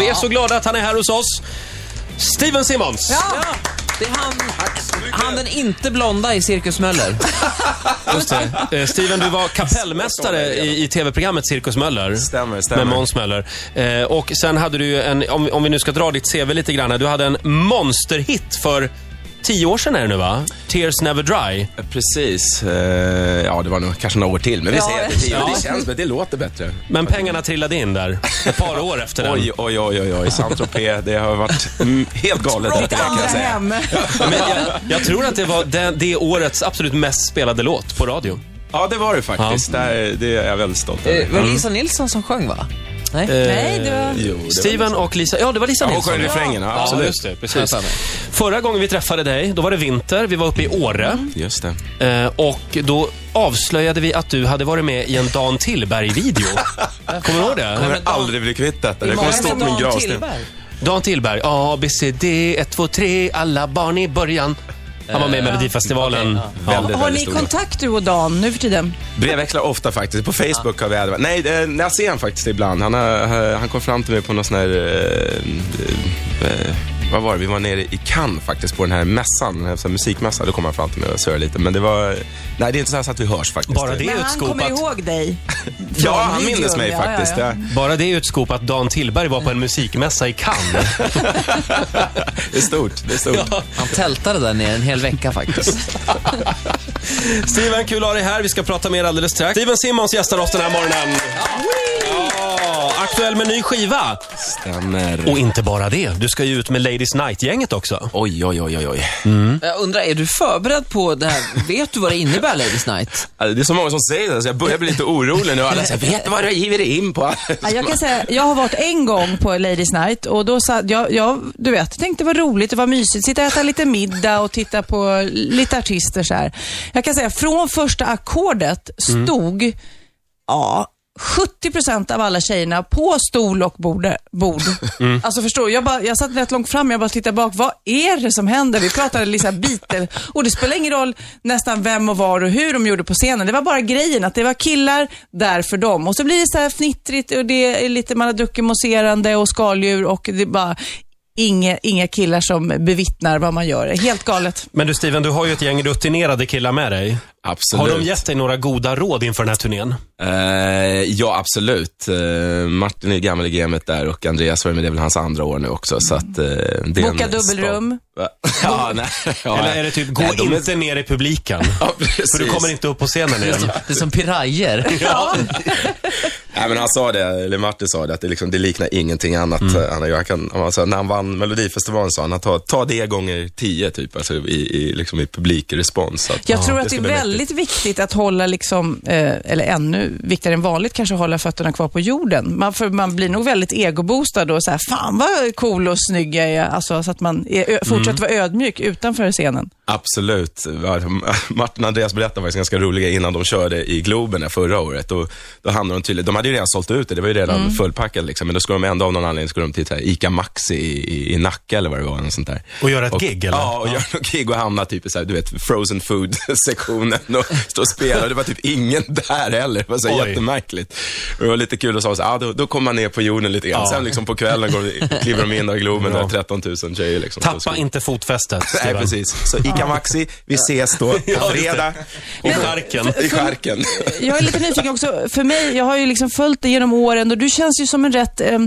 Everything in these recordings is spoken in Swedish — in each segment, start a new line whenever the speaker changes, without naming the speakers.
Vi är så glada att han är här hos oss. Steven Simmons.
Ja, det är han, han den inte blonda i Cirkus Möller.
Just det. Eh, Steven, du var kapellmästare i, i tv-programmet Cirkus Möller.
Stämmer, stämmer.
Med Måns Möller. Eh, och sen hade du ju en, om, om vi nu ska dra ditt CV lite grann här, Du hade en monsterhit för tio år sedan är det nu va? Tears Never Dry.
Precis. Eh, Ja, det var nog kanske några år till, men vi
Ja,
säger att det,
det-
är tio.
ja.
det känns bättre. Det låter bättre.
Men pengarna trillade in där, ett par år efter den.
Oj, oj, oj, oj, oj. Saint-Tropez, det har varit mm, helt galet
Mitt
detta kan
andra
jag säga.
hem.
Men jag, jag tror att det var det, det årets absolut mest spelade låt på radio.
Ja, det var det faktiskt. Där, det är jag väldigt stolt över.
Eh, Var det Lisa Nilsson som sjöng va? Nej.
Nej, det var...
Jo, det var-
Steven och Lisa, ja det var Lisa
Ja, hon
Nilsson.
sjöng refrängen, ja,
Ja,
absolut.
just det. Precis. Förra gången vi träffade dig, då var det vinter. Vi var uppe i Åre.
Just det.
Eh, och då avslöjade vi att du hade varit med i en Dan Tillberg-video. Kommer du ihåg
Jag
det?
kommer aldrig bli kvitt detta. Det kommer stå på min gravsten.
Dan Tillberg, A, B, C, D, 1, 2, 3, alla barn i början. Han var med i Melodifestivalen. Eh, ja.
Väldigt,
Har
väldigt
ni
stor.
kontakt du och Dan nu för tiden?
Brevväxlar ofta faktiskt. På Facebook har vi även. Nej, det- jag ser han faktiskt ibland. Han, har, eh, han kom fram till mig på någon sån här... eh, eh, Vad var det? Vi var nere i Cannes faktiskt på den här mässan, den här så här musikmässan. Då kom han fram till mig och sörjade lite. Men det var... Nej, det är inte så, här så att vi hörs faktiskt.
Bara det
Men
är
han kommer
utskopat.
ihåg dig.
Ja, han
videon.
mindes mig
Ja, ja,
faktiskt.
ja.
Det-
Bara det är utskopat. Dan Tillberg var på en musikmässa i Cannes.
Det är stort. Det är stort.
Han tältade där nere en hel vecka faktiskt.
Steven, kul att ha dig här. Vi ska prata mer alldeles strax. Steven Simmons gästar oss den här morgonen. Ja, aktuell med ny skiva.
Stämmer.
Och inte bara det, du ska ju ut med Ladies Night-gänget också.
Oj, oj, oj, oj, oj.
Jag undrar, är du förberedd på det här? Vet du vad det innebär Ladies Night?
Alltså, Det är så många som säger det, så jag börjar bli lite orolig nu. Alla säger, vet du vad du har givit dig in på?
Ja, jag kan säga, jag har varit en gång på Ladies Night och då satt jag, jag du vet, tänkte vad roligt och vad mysigt, sitta och äta lite middag och titta på lite artister så här. Jag kan säga, från första ackordet stod, ja, 70% av alla tjejerna på stol och borde, bord. Alltså förstår du? Jag, bara, jag satt rätt långt fram, jag bara tittade bak. Vad är det som händer? Vi pratade liksom bitel och det spelar ingen roll nästan vem och var och hur de gjorde på scenen. Det var bara grejen att det var killar där för dem. Och så blir det så här fnittrigt och det är lite, man har druckit mousserande och skaldjur och det är bara inga, inga killar som bevittnar vad man gör. Helt galet.
Men du Steven, du har ju ett gäng rutinerade killar med dig.
Absolut.
Har de gett dig några goda råd inför den här turnén?
Eh, ja, absolut. Eh, Martin är gammal i gamet där och Andreas var ju med, det är väl hans andra år nu också. Så att, eh, det är en
Boka dubbelrum.
stab- Va? ja, nej. Ja,
Eller är det typ, gå
nej, de är-
inte ner i publiken.
Ja, precis.
För du kommer inte upp på scenen igen.
Det är som pirajer.
Nej, men han sa det, eller Martin sa det, att det, liksom, det liknar ingenting annat.
Mm.
eh, Han, har ju- han kan, han sa, när han vann Melodifestivalen sa han att ta, ta det gånger tio, typ, alltså, i, i, liksom, i publikrespons. Så att-
Jag tror att det
ska
är
bli mäktigt.
väldigt viktigt att hålla, liksom, eh, eller ännu viktigare än vanligt kanske, hålla fötterna kvar på jorden. Man, för man blir nog väldigt egoboostad och så här, fan vad cool och snygg jag är. Alltså, så att man är, ö, fortsätter
Mm.
vara ödmjuk utanför scenen.
Absolut. Martin och Andreas berättade faktiskt ganska roliga innan de körde i Globen där förra året. Och då hamnade de tydligt, de hade ju redan sålt ut det, det var ju redan fullpackat liksom. Men då skulle de ändå av någon anledning skulle de till så här Ica Maxi i, i, i Nacka eller vad det var. Något sånt där.
Och göra ett gig, eller?
Ja, och göra något gig och hamna typ i så här, du vet, frozen food-sektionen och stå och spela. Och det var typ ingen där heller. Det var så här
Oj.
jättemärkligt. Och det var lite kul, och så, här, så ah, då, då kommer man ner på jorden lite grann.
Ja.
Sen liksom på kvällen går, de- kliver de in där i Globen, där 13 000 tjejer liksom. Så
Tappa
skulle-
inte fotfästet,
Nej,
Steven.
precis. Så Ica Maxi, vi ses då på fredag
Och charken.
i skärken.
Jag är lite nyfiken också, för mig, jag har ju liksom följt dig genom åren och du känns ju som en rätt eh,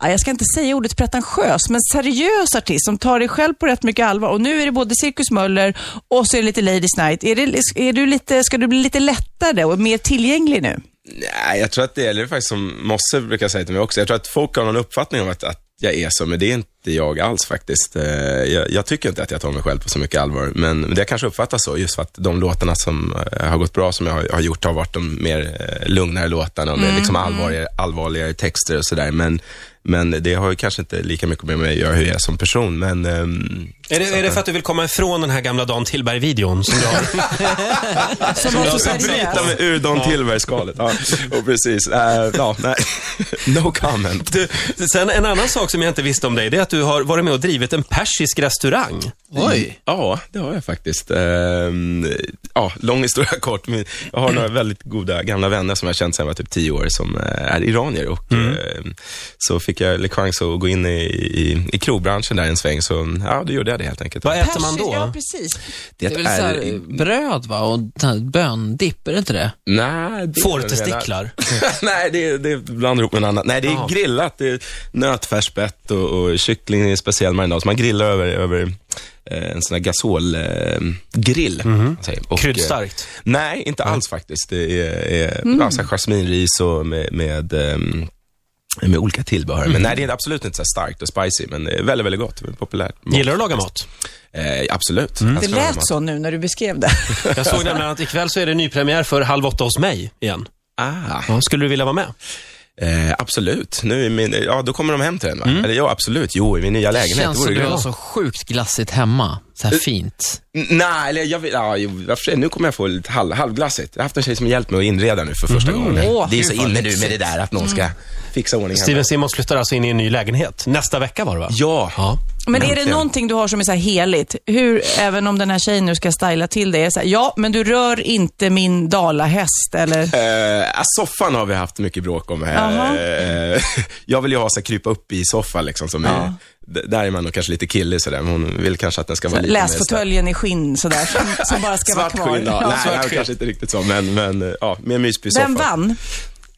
ja, jag ska inte säga ordet pretentiös, men seriös artist som tar dig själv på rätt mycket allvar. Och nu är det både Cirkus Möller och så är det lite Ladies Night. Är det, är du lite, ska du bli lite lättare och mer tillgänglig nu?
Nej, jag tror att det är faktiskt som Mosse brukar säga till mig också. Jag tror att folk har någon uppfattning om att, att jag är så, men det är inte jag alls faktiskt. Eh, Jag, jag tycker inte att jag tar mig själv på så mycket allvar, men men det kanske uppfattas så, just för att de låtarna som eh, har gått bra, som jag har- har gjort, har varit de mer eh, lugnare låtarna och mer liksom allvarligare, allvarligare texter och sådär. Men, men det har ju kanske inte lika mycket med mig att göra hur jag är som person, men ehm,
Är det, är det för att du vill komma ifrån den här gamla Dan Tillberg-videon som du har?
Som var så
Jag ska
seriös.
bryta mig ur Dan Tillberg-skalet. Ja, och precis. Eh, ja, nej. No comment.
Du, sen en annan sak som jag inte visste om dig, det är att du har varit med och drivit en persisk restaurang.
Oj.
Ja, det har jag faktiskt. Ehm, ja, lång historia kort, men jag har några väldigt goda gamla vänner som jag har känt sedan jag var typ tio år som eh, är iranier. Och, ehm, så fick jag lite chans att gå in i, i, i krogbranschen där en sväng, så ja, då gjorde jag det helt enkelt.
Vad äter man
Persis- Ja,
då?
precis.
Det är väl så här, bröd va? Och sån här böndipp, är det inte det?
Nej, det-
Fårtestiklar.
Nej, det, det blandar ihop med något annat. Nej, det är
Jaha.
grillat. Det är nötfärsbett och, och kyckling i en speciell marinad. Så man grillar över, över eh, en sån här gasolgrill. Eh, grill,
Mhm.
man säger. Och,
Kryddstarkt.
Eh, nej, inte alls faktiskt. Det är, är
Mm.
ja, så här jasminris och med, med ehm, med olika tillbehör.
Mhm.
Men nej, det är absolut inte så här starkt och spicy, men det är väldigt, väldigt gott. Väldigt Populärt.
Gillar du att laga mat? Mm.
Eh, absolut.
Det lät så nu när du beskrev det.
Jag såg nämligen att ikväll så är det nypremiär för Halv åtta hos mig igen.
Ah.
Ja, skulle du vilja vara med?
Eh, absolut. Nu är min, ja, då kommer de hem till en, va?
Mm.
Eller ja, absolut. Jo, i min nya
Det
lägenhet.
känns
vore
som du
grymt.
har så sjukt glassigt hemma. Så här fint.
N- Nej, eller jag vill, ja, jo, varför säger jag? nu kommer jag få lite halv, halvglassigt. Jag har haft en tjej som hjälpt mig att inreda nu för första gången.
Mm. Åh,
det är så inne nu med det där att någon
Mm.
ska fixa ordning hemma.
Steven Simons flyttar alltså in i en ny lägenhet. Nästa vecka var det va?
Ja.
Ja.
Men är det
Äntligen.
någonting du har som är så här heligt? Hur, även om den här tjejen nu ska styla till det, är så här, ja, men du rör inte min dalahäst eller?
Eh, ja, soffan har vi haft mycket bråk om
Jaha.
här. Eh, jag vill ju ha så här, krypa upp i soffa liksom. Som är, d- där är man nog kanske lite killig sådär, men hon vill kanske att den ska vara lite mer så här-
Läsfåtöljen i skinn sådär, som, som bara ska vara
Svart
kvar.
skinn, ja. Nej,
Svart
det var
skinn.
kanske inte riktigt så, men, men eh, ja, mer myspys
Vem vann?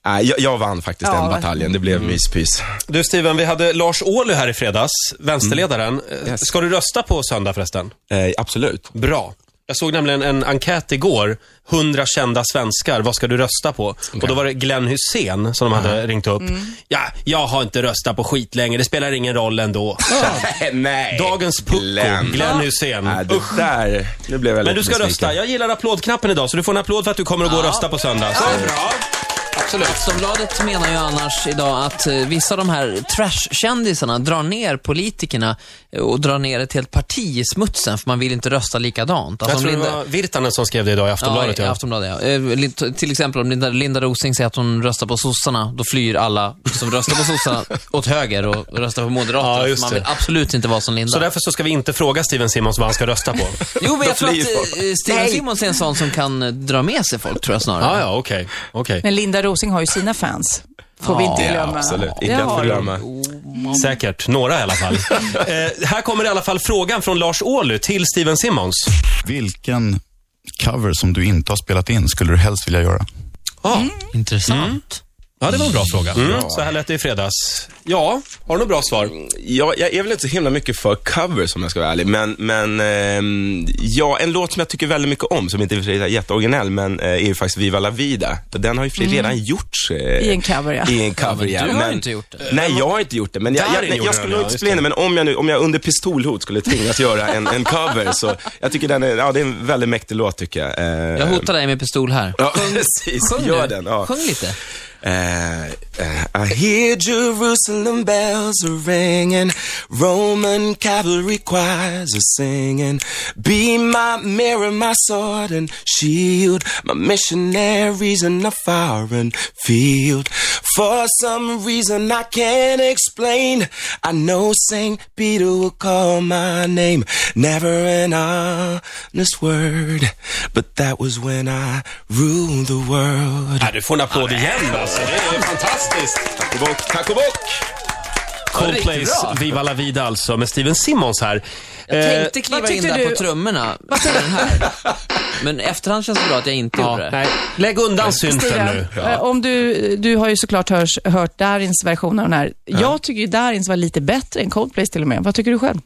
Nej, jag, jag vann faktiskt
Ja, Mm.
den
va?
bataljen. Det blev myspys.
Du Steven, vi hade Lars Ohly här i fredags, vänsterledaren. Eh,
Yes.
Ska du rösta på söndag förresten?
Eh, absolut.
Bra. Jag såg nämligen en enkät igår. 100 kända svenskar, vad ska du rösta på? Och då var det Glenn Hussein som de hade ringt upp. Ja, jag har inte röstat på skit längre. Det spelar ingen roll ändå.
Nej.
Dagens pucko, Glenn,
Glenn.
Hussein.
Nej, det där, nu blev jag
Men
lite
du ska
besviken.
rösta. Jag gillar applådknappen idag, så du får en applåd för att du kommer att gå och rösta på söndag. Så.
Absolut. Aftonbladet menar ju annars idag att eh, vissa av de här trashkändisarna drar ner politikerna eh, och drar ner ett helt parti i smutsen för man vill inte rösta likadant.
Jag
Alltså om
tror det
Linda-
var Virtanen som skrev det idag i Aftonbladet.
ja, i- i
Ja,
Aftonbladet ja. Eh, li- t- Till exempel om Linda, Linda Rosing säger att hon röstar på sossarna, då flyr alla som röstar på sossarna åt höger och röstar på
Ja,
moderaterna.
just
för man
det.
vill absolut inte vara som Linda.
Så därför så ska vi inte fråga Steven Simons vad han ska rösta på.
Jo, men jag tror att
flyr folk.
eh, Steven
Nej.
Simons är en sån som kan eh, dra med sig folk, tror jag snarare.
ah, ja, okej. okej.
Men Linda Rosing har ju sina fans. Får vi inte
Ja,
glömma.
absolut.
Det
Inte att
har de.
förglömma.
Säkert. Några i alla fall. eh, här kommer i alla fall frågan från Lars Ohly till Steven Simons.
Vilken cover som du inte har spelat in skulle du helst vilja göra?
Mm.
Intressant.
Ah. Ja, det var en bra fråga. Mm, Så här lät det i fredags. Ja, har du något bra svar?
Jag, jag är väl inte så himla mycket för covers om jag ska vara ärlig, men, men ehm, ja, en låt som jag tycker väldigt mycket om, som inte i och för sig är jätteoriginell, men eh, är ju faktiskt Viva La Vida. Den har ju
Mm.
för sig redan gjorts. eh,
I en cover, ja.
I en cover,
men
ja.
du har ju inte gjort det.
Nej, jag har inte gjort det, men jag,
Darin
jag, nej,
gjorde den,
jag skulle
ja,
nog inte
just
spela in det, men om jag, nu, om jag under pistolhot skulle tvingas göra en, en cover, så jag tycker den är, ja, det är en väldigt mäktig låt tycker jag. Eh,
Jag hotar dig med pistol här.
Ja, precis.
Sjung
Gör
du.
den. Ja.
Sjung lite.
Uh, uh, I hear Jerusalem bells are ringing, Roman cavalry choirs are singing. Be my mirror, my sword and shield, my missionaries in a foreign field. For some reason I can't explain, I know Saint Peter will call my name. Never an honest word, but that was when I ruled the world.
Ja, du får en applåd igen alltså. Det är fantastiskt.
Tack och bock, tack och bock!
Coldplays Viva La Vida alltså med Steven Simons här. Eh,
Tänkte kliva
vad
in
tyckte
där
du-
på trummorna. med den här. Men efterhand känns det bra att jag inte gjorde
ja,
det.
nej. Lägg undan synten
Steven,
nu.
eh, om du, du har ju såklart hörs, hört Darins version av den här. Jag tycker ju Darins var lite bättre än Coldplays till och med. Vad tycker du själv?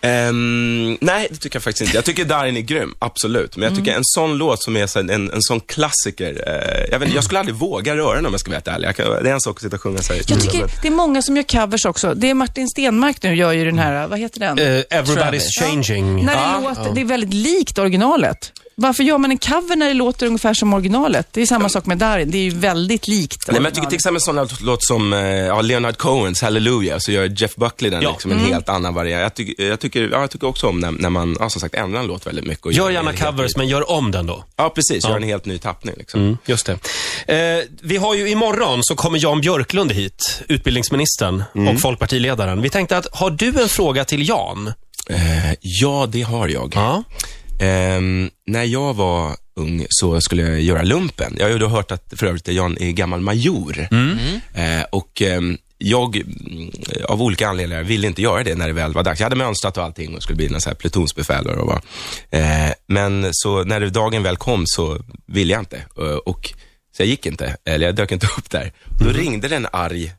Ehm, nej, det tycker jag faktiskt inte. Jag tycker Darin är grym, absolut. Men jag
Mm.
tycker en sån låt som är så här, en, en sån klassiker, eh, jag, vet, inte, jag skulle aldrig våga röra den om jag ska vara helt ärlig. Jag kan, det är en sak att sitta och sjunga så här.
Jag tycker det är många som gör covers också. Det är Martin Stenmark nu gör ju den här, vad heter den?
Eh, everybody's changing.
När det, låter, det är väldigt likt originalet. Varför gör man en cover när det låter ungefär som originalet? Det är samma sak med Darin. Det är ju väldigt likt
Nej, men jag tycker till
originalet.
exempel en sån låt- låt som eh, ja, Leonard Cohens Hallelujah, så gör Jeff Buckley den
Ja. Mm.
liksom en helt annan variant. Jag, tycker- jag, tycker, ja, jag tycker också om när, när man, ja, som sagt, ändrar en låt väldigt mycket. och
Gör
en
gärna
helt ny-
covers, men gör om den då.
Ja, precis. Gör en helt ny tappning liksom.
Mm, just det. Eh, vi har ju imorgon så kommer Jan Björklund Mm. hit, utbildningsministern och folkpartiledaren. Vi tänkte att, har du en fråga till Jan?
Eh, ja, det har jag.
Ja.
Ehm, när jag var ung så skulle jag göra lumpen. Jag har ju då hört att för övrigt Jan är gammal major. Eh, och ehm, jag, mm, av olika anledningar, ville inte göra det när det väl var dags. Jag hade mönstrat och allting och skulle bli någon så här plutonsbefälare och vad. Eh, men så när det- dagen väl kom så ville jag inte. Eh, Och, så jag gick inte, eller jag dök inte upp där. Då ringde det en arg,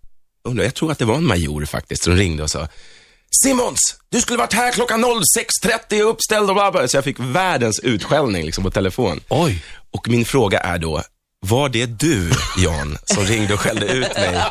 undrar, jag tror att det var en major faktiskt, som ringde och sa Simons, du skulle varit här klockan 06.30 och uppställd och bla bla. Så jag fick världens utskällning liksom på telefon.
Oj.
Och min fråga är då, var det du, Jan, som ringde och skällde ut mig?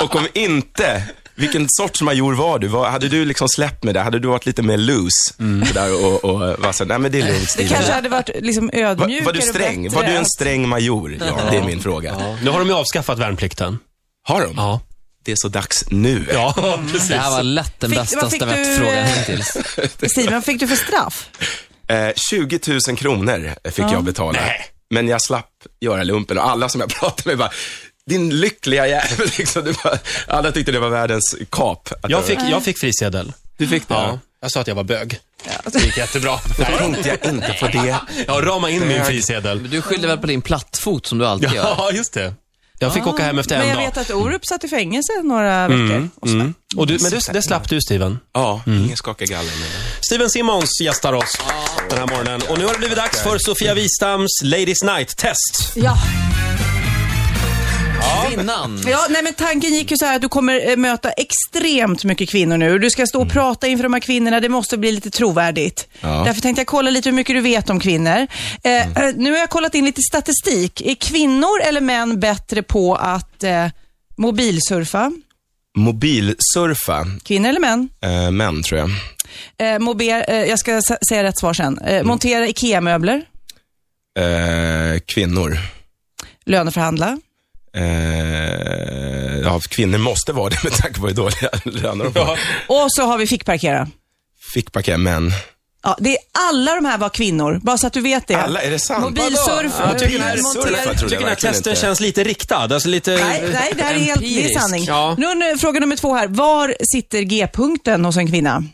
Och om inte, vilken sorts major var du? Var, hade du liksom släppt med det? Hade du varit lite mer loose?
Mm.
Sådär, och, och var så, nej men det är lugnt.
Det kanske hade varit liksom
var,
ödmjukare
var du
och
sträng?
bättre
Var du en
att-
sträng major, Jan? Det är min fråga.
Nu har de ju avskaffat värnplikten.
Har de?
Ja.
Det är så dags nu.
Ja, precis.
Det här var lätt den
Fick-
bästa
vad fick du,
stafettfrågan
eh,
hittills.
Steven, vad fick du för straff?
Eh, 20 000 kronor fick jag betala. Men jag slapp göra lumpen och alla som jag pratade med bara, din lyckliga jävel. Liksom, det var, alla tyckte det var världens kap. Att
Jag fick, jag fick frisedel.
du fick det?
Ja. Jag sa att jag var bög. Det gick jättebra.
Då tänkte jag inte på det.
Jag rama in min frisedel.
Du skyllde väl på din plattfot som du alltid gör?
Ja, just det. Jag fick åka hem efter
Men
en
jag
dag.
vet att Orup satt i fängelse några
Mm,
veckor. Och så.
Och du, men det, det slapp du, Steven.
Ja, ingen skakar gallen.
Steven Simons gästar oss den här morgonen. Och nu har det blivit dags för Sofia Wistams Ladies Night-test.
Ja.
Innan.
ja, nej men tanken gick ju så här att du kommer eh, möta extremt mycket kvinnor nu. Du ska stå
Mm.
och prata inför de här kvinnorna, det måste bli lite trovärdigt. Därför tänkte jag kolla lite hur mycket du vet om kvinnor. Eh,
Mm.
eh, Nu har jag kollat in lite statistik. Är kvinnor eller män bättre på att eh, mobilsurfa?
Mobilsurfa,
Kvinnor eller män?
eh, män tror jag.
Eh, mober, eh, jag ska sä- säga rätt svar sen. Eh,
Mm.
Montera IKEA-möbler,
Eh, kvinnor.
löneförhandla.
Eh, ja, kvinnor måste vara det med tanke på hur dåliga löner de får.
Och så har vi fickparkera.
Fick parkera män.
Ja, det är, alla de här var kvinnor, bara så att du vet det.
Alla, är det sant?
Mobilsurf,
Vadå? Jag tycker den här-
montera-
surfa trodde
Jag tycker den här
verkligen
testen
inte.
känns lite riktad. Alltså lite...
Nej, nej, det här är helt det är
Empirisk.
sanning.
Ja.
Nu, nu fråga nummer två här. Var sitter G-punkten hos en kvinna?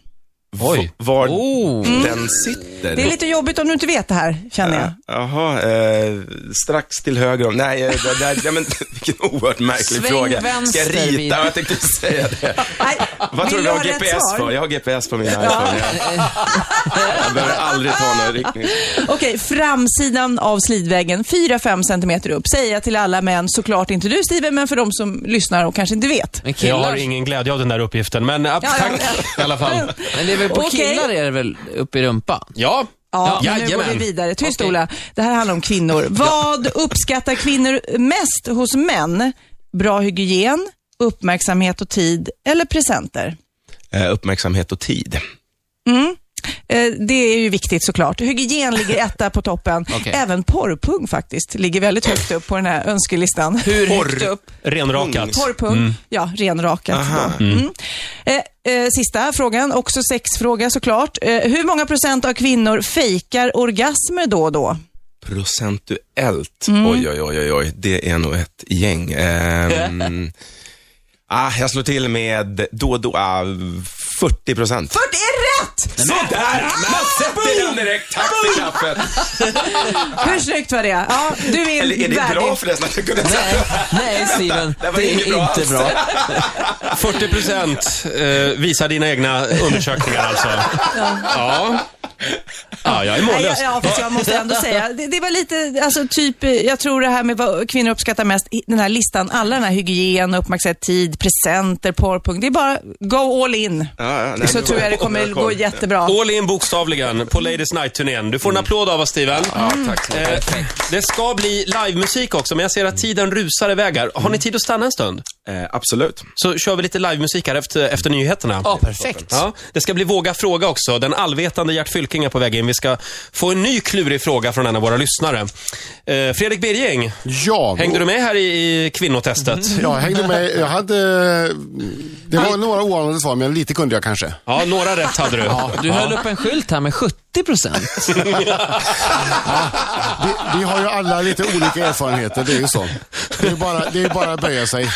Oj.
Var
Oh.
den sitter.
Det är lite jobbigt om du inte vet det här, känner jag.
Jaha, eh, strax till höger om... Nej, eh, det- det- ja, men, vilken oerhört märklig
Sväng
fråga. Ska
vänster
jag rita?
vid-
Jag tänkte säga det.
Nej,
Vad tror
vill
du jag har
ha rätt
GPS
svar?
för? Jag har GPS på min iPhone. Jag behöver aldrig ta någon riktning.
Okej, framsidan av slidväggen, 4-5 centimeter upp. Säger jag till alla män, såklart inte du Steven, men för de som lyssnar och kanske inte vet.
Men
Jag har
killar,
ingen glädje av den där uppgiften, men ja,
ja,
tack i alla fall.
men det är väl på
Okej.
killar är det väl uppe i rumpan?
Ja,
Ja, men nu går vi
jajamän.
vidare. Tyst
Okej.
Ola, det här handlar om kvinnor. Vad uppskattar kvinnor mest hos män? Bra hygien, uppmärksamhet och tid eller presenter?
Eh, uppmärksamhet och tid.
Eh, Det är ju viktigt såklart. Hygien ligger etta på toppen.
Okej.
Även porrpung faktiskt ligger väldigt högt upp på den här önskelistan.
Hur högt upp?
Renrakat.
Mm.
Porrpung, ja, renrakat. Då. Mm. Eh, eh, sista frågan, också sexfråga såklart. Eh, hur många procent av kvinnor fejkar orgasmer då och då?
Procentuellt.
Mm.
Oj, oj, oj, oj, oj. Det är nog ett gäng. Ehm, ah, jag slår till med då, då, ah, 40 procent.
40 är rätt!
Sådär! Man sätter den direkt. Tack för kaffet.
Hur snyggt var det? Ja, du är,
Eller är det
värdig.
bra förresten att jag kunde säga
Nej, nej Steven,
Det var
det
inget
är
bra
inte
alls.
bra.
40 procent eh, visar dina egna undersökningar alltså. Ja. Ja, jag är
Nej, jag,
mållös.
ja, fast jag måste ändå säga, det, det var lite, alltså typ, eh, jag tror det här med vad kvinnor uppskattar mest, i den här listan, alla den här hygien, uppmärksamhet, tid, presenter, porrpung. Det är bara go all in.
Ja, ja, nej,
så
det
tror
var-
jag det kommer
var
gå
koll.
jättebra.
All in bokstavligen på Ladies Night-turnén. Du får en applåd av oss, Steven.
Ja, tack så mycket.
Eh, det ska bli livemusik också, men jag ser att tiden rusar iväg här. Har ni tid att stanna en stund?
Eh, absolut.
Så kör vi lite livemusik här efter, efter nyheterna.
Ja, perfekt.
Ja, det ska bli Våga fråga också. Den allvetande Gert Fylking är på väg in. Vi ska få en ny klurig fråga från en av våra lyssnare. Eh, Fredrik Birging,
Ja,
hängde du med här i, i kvinnotestet?
Mm.
jag hängde med. Jag hade... eh, Det var några oanade svar, men lite kunde jag kanske.
Ja, några rätt hade du.
Du höll upp en skylt här med 70 procent.
Vi, vi har ju alla lite olika erfarenheter, det är ju så. Det är bara, det är bara att böja sig.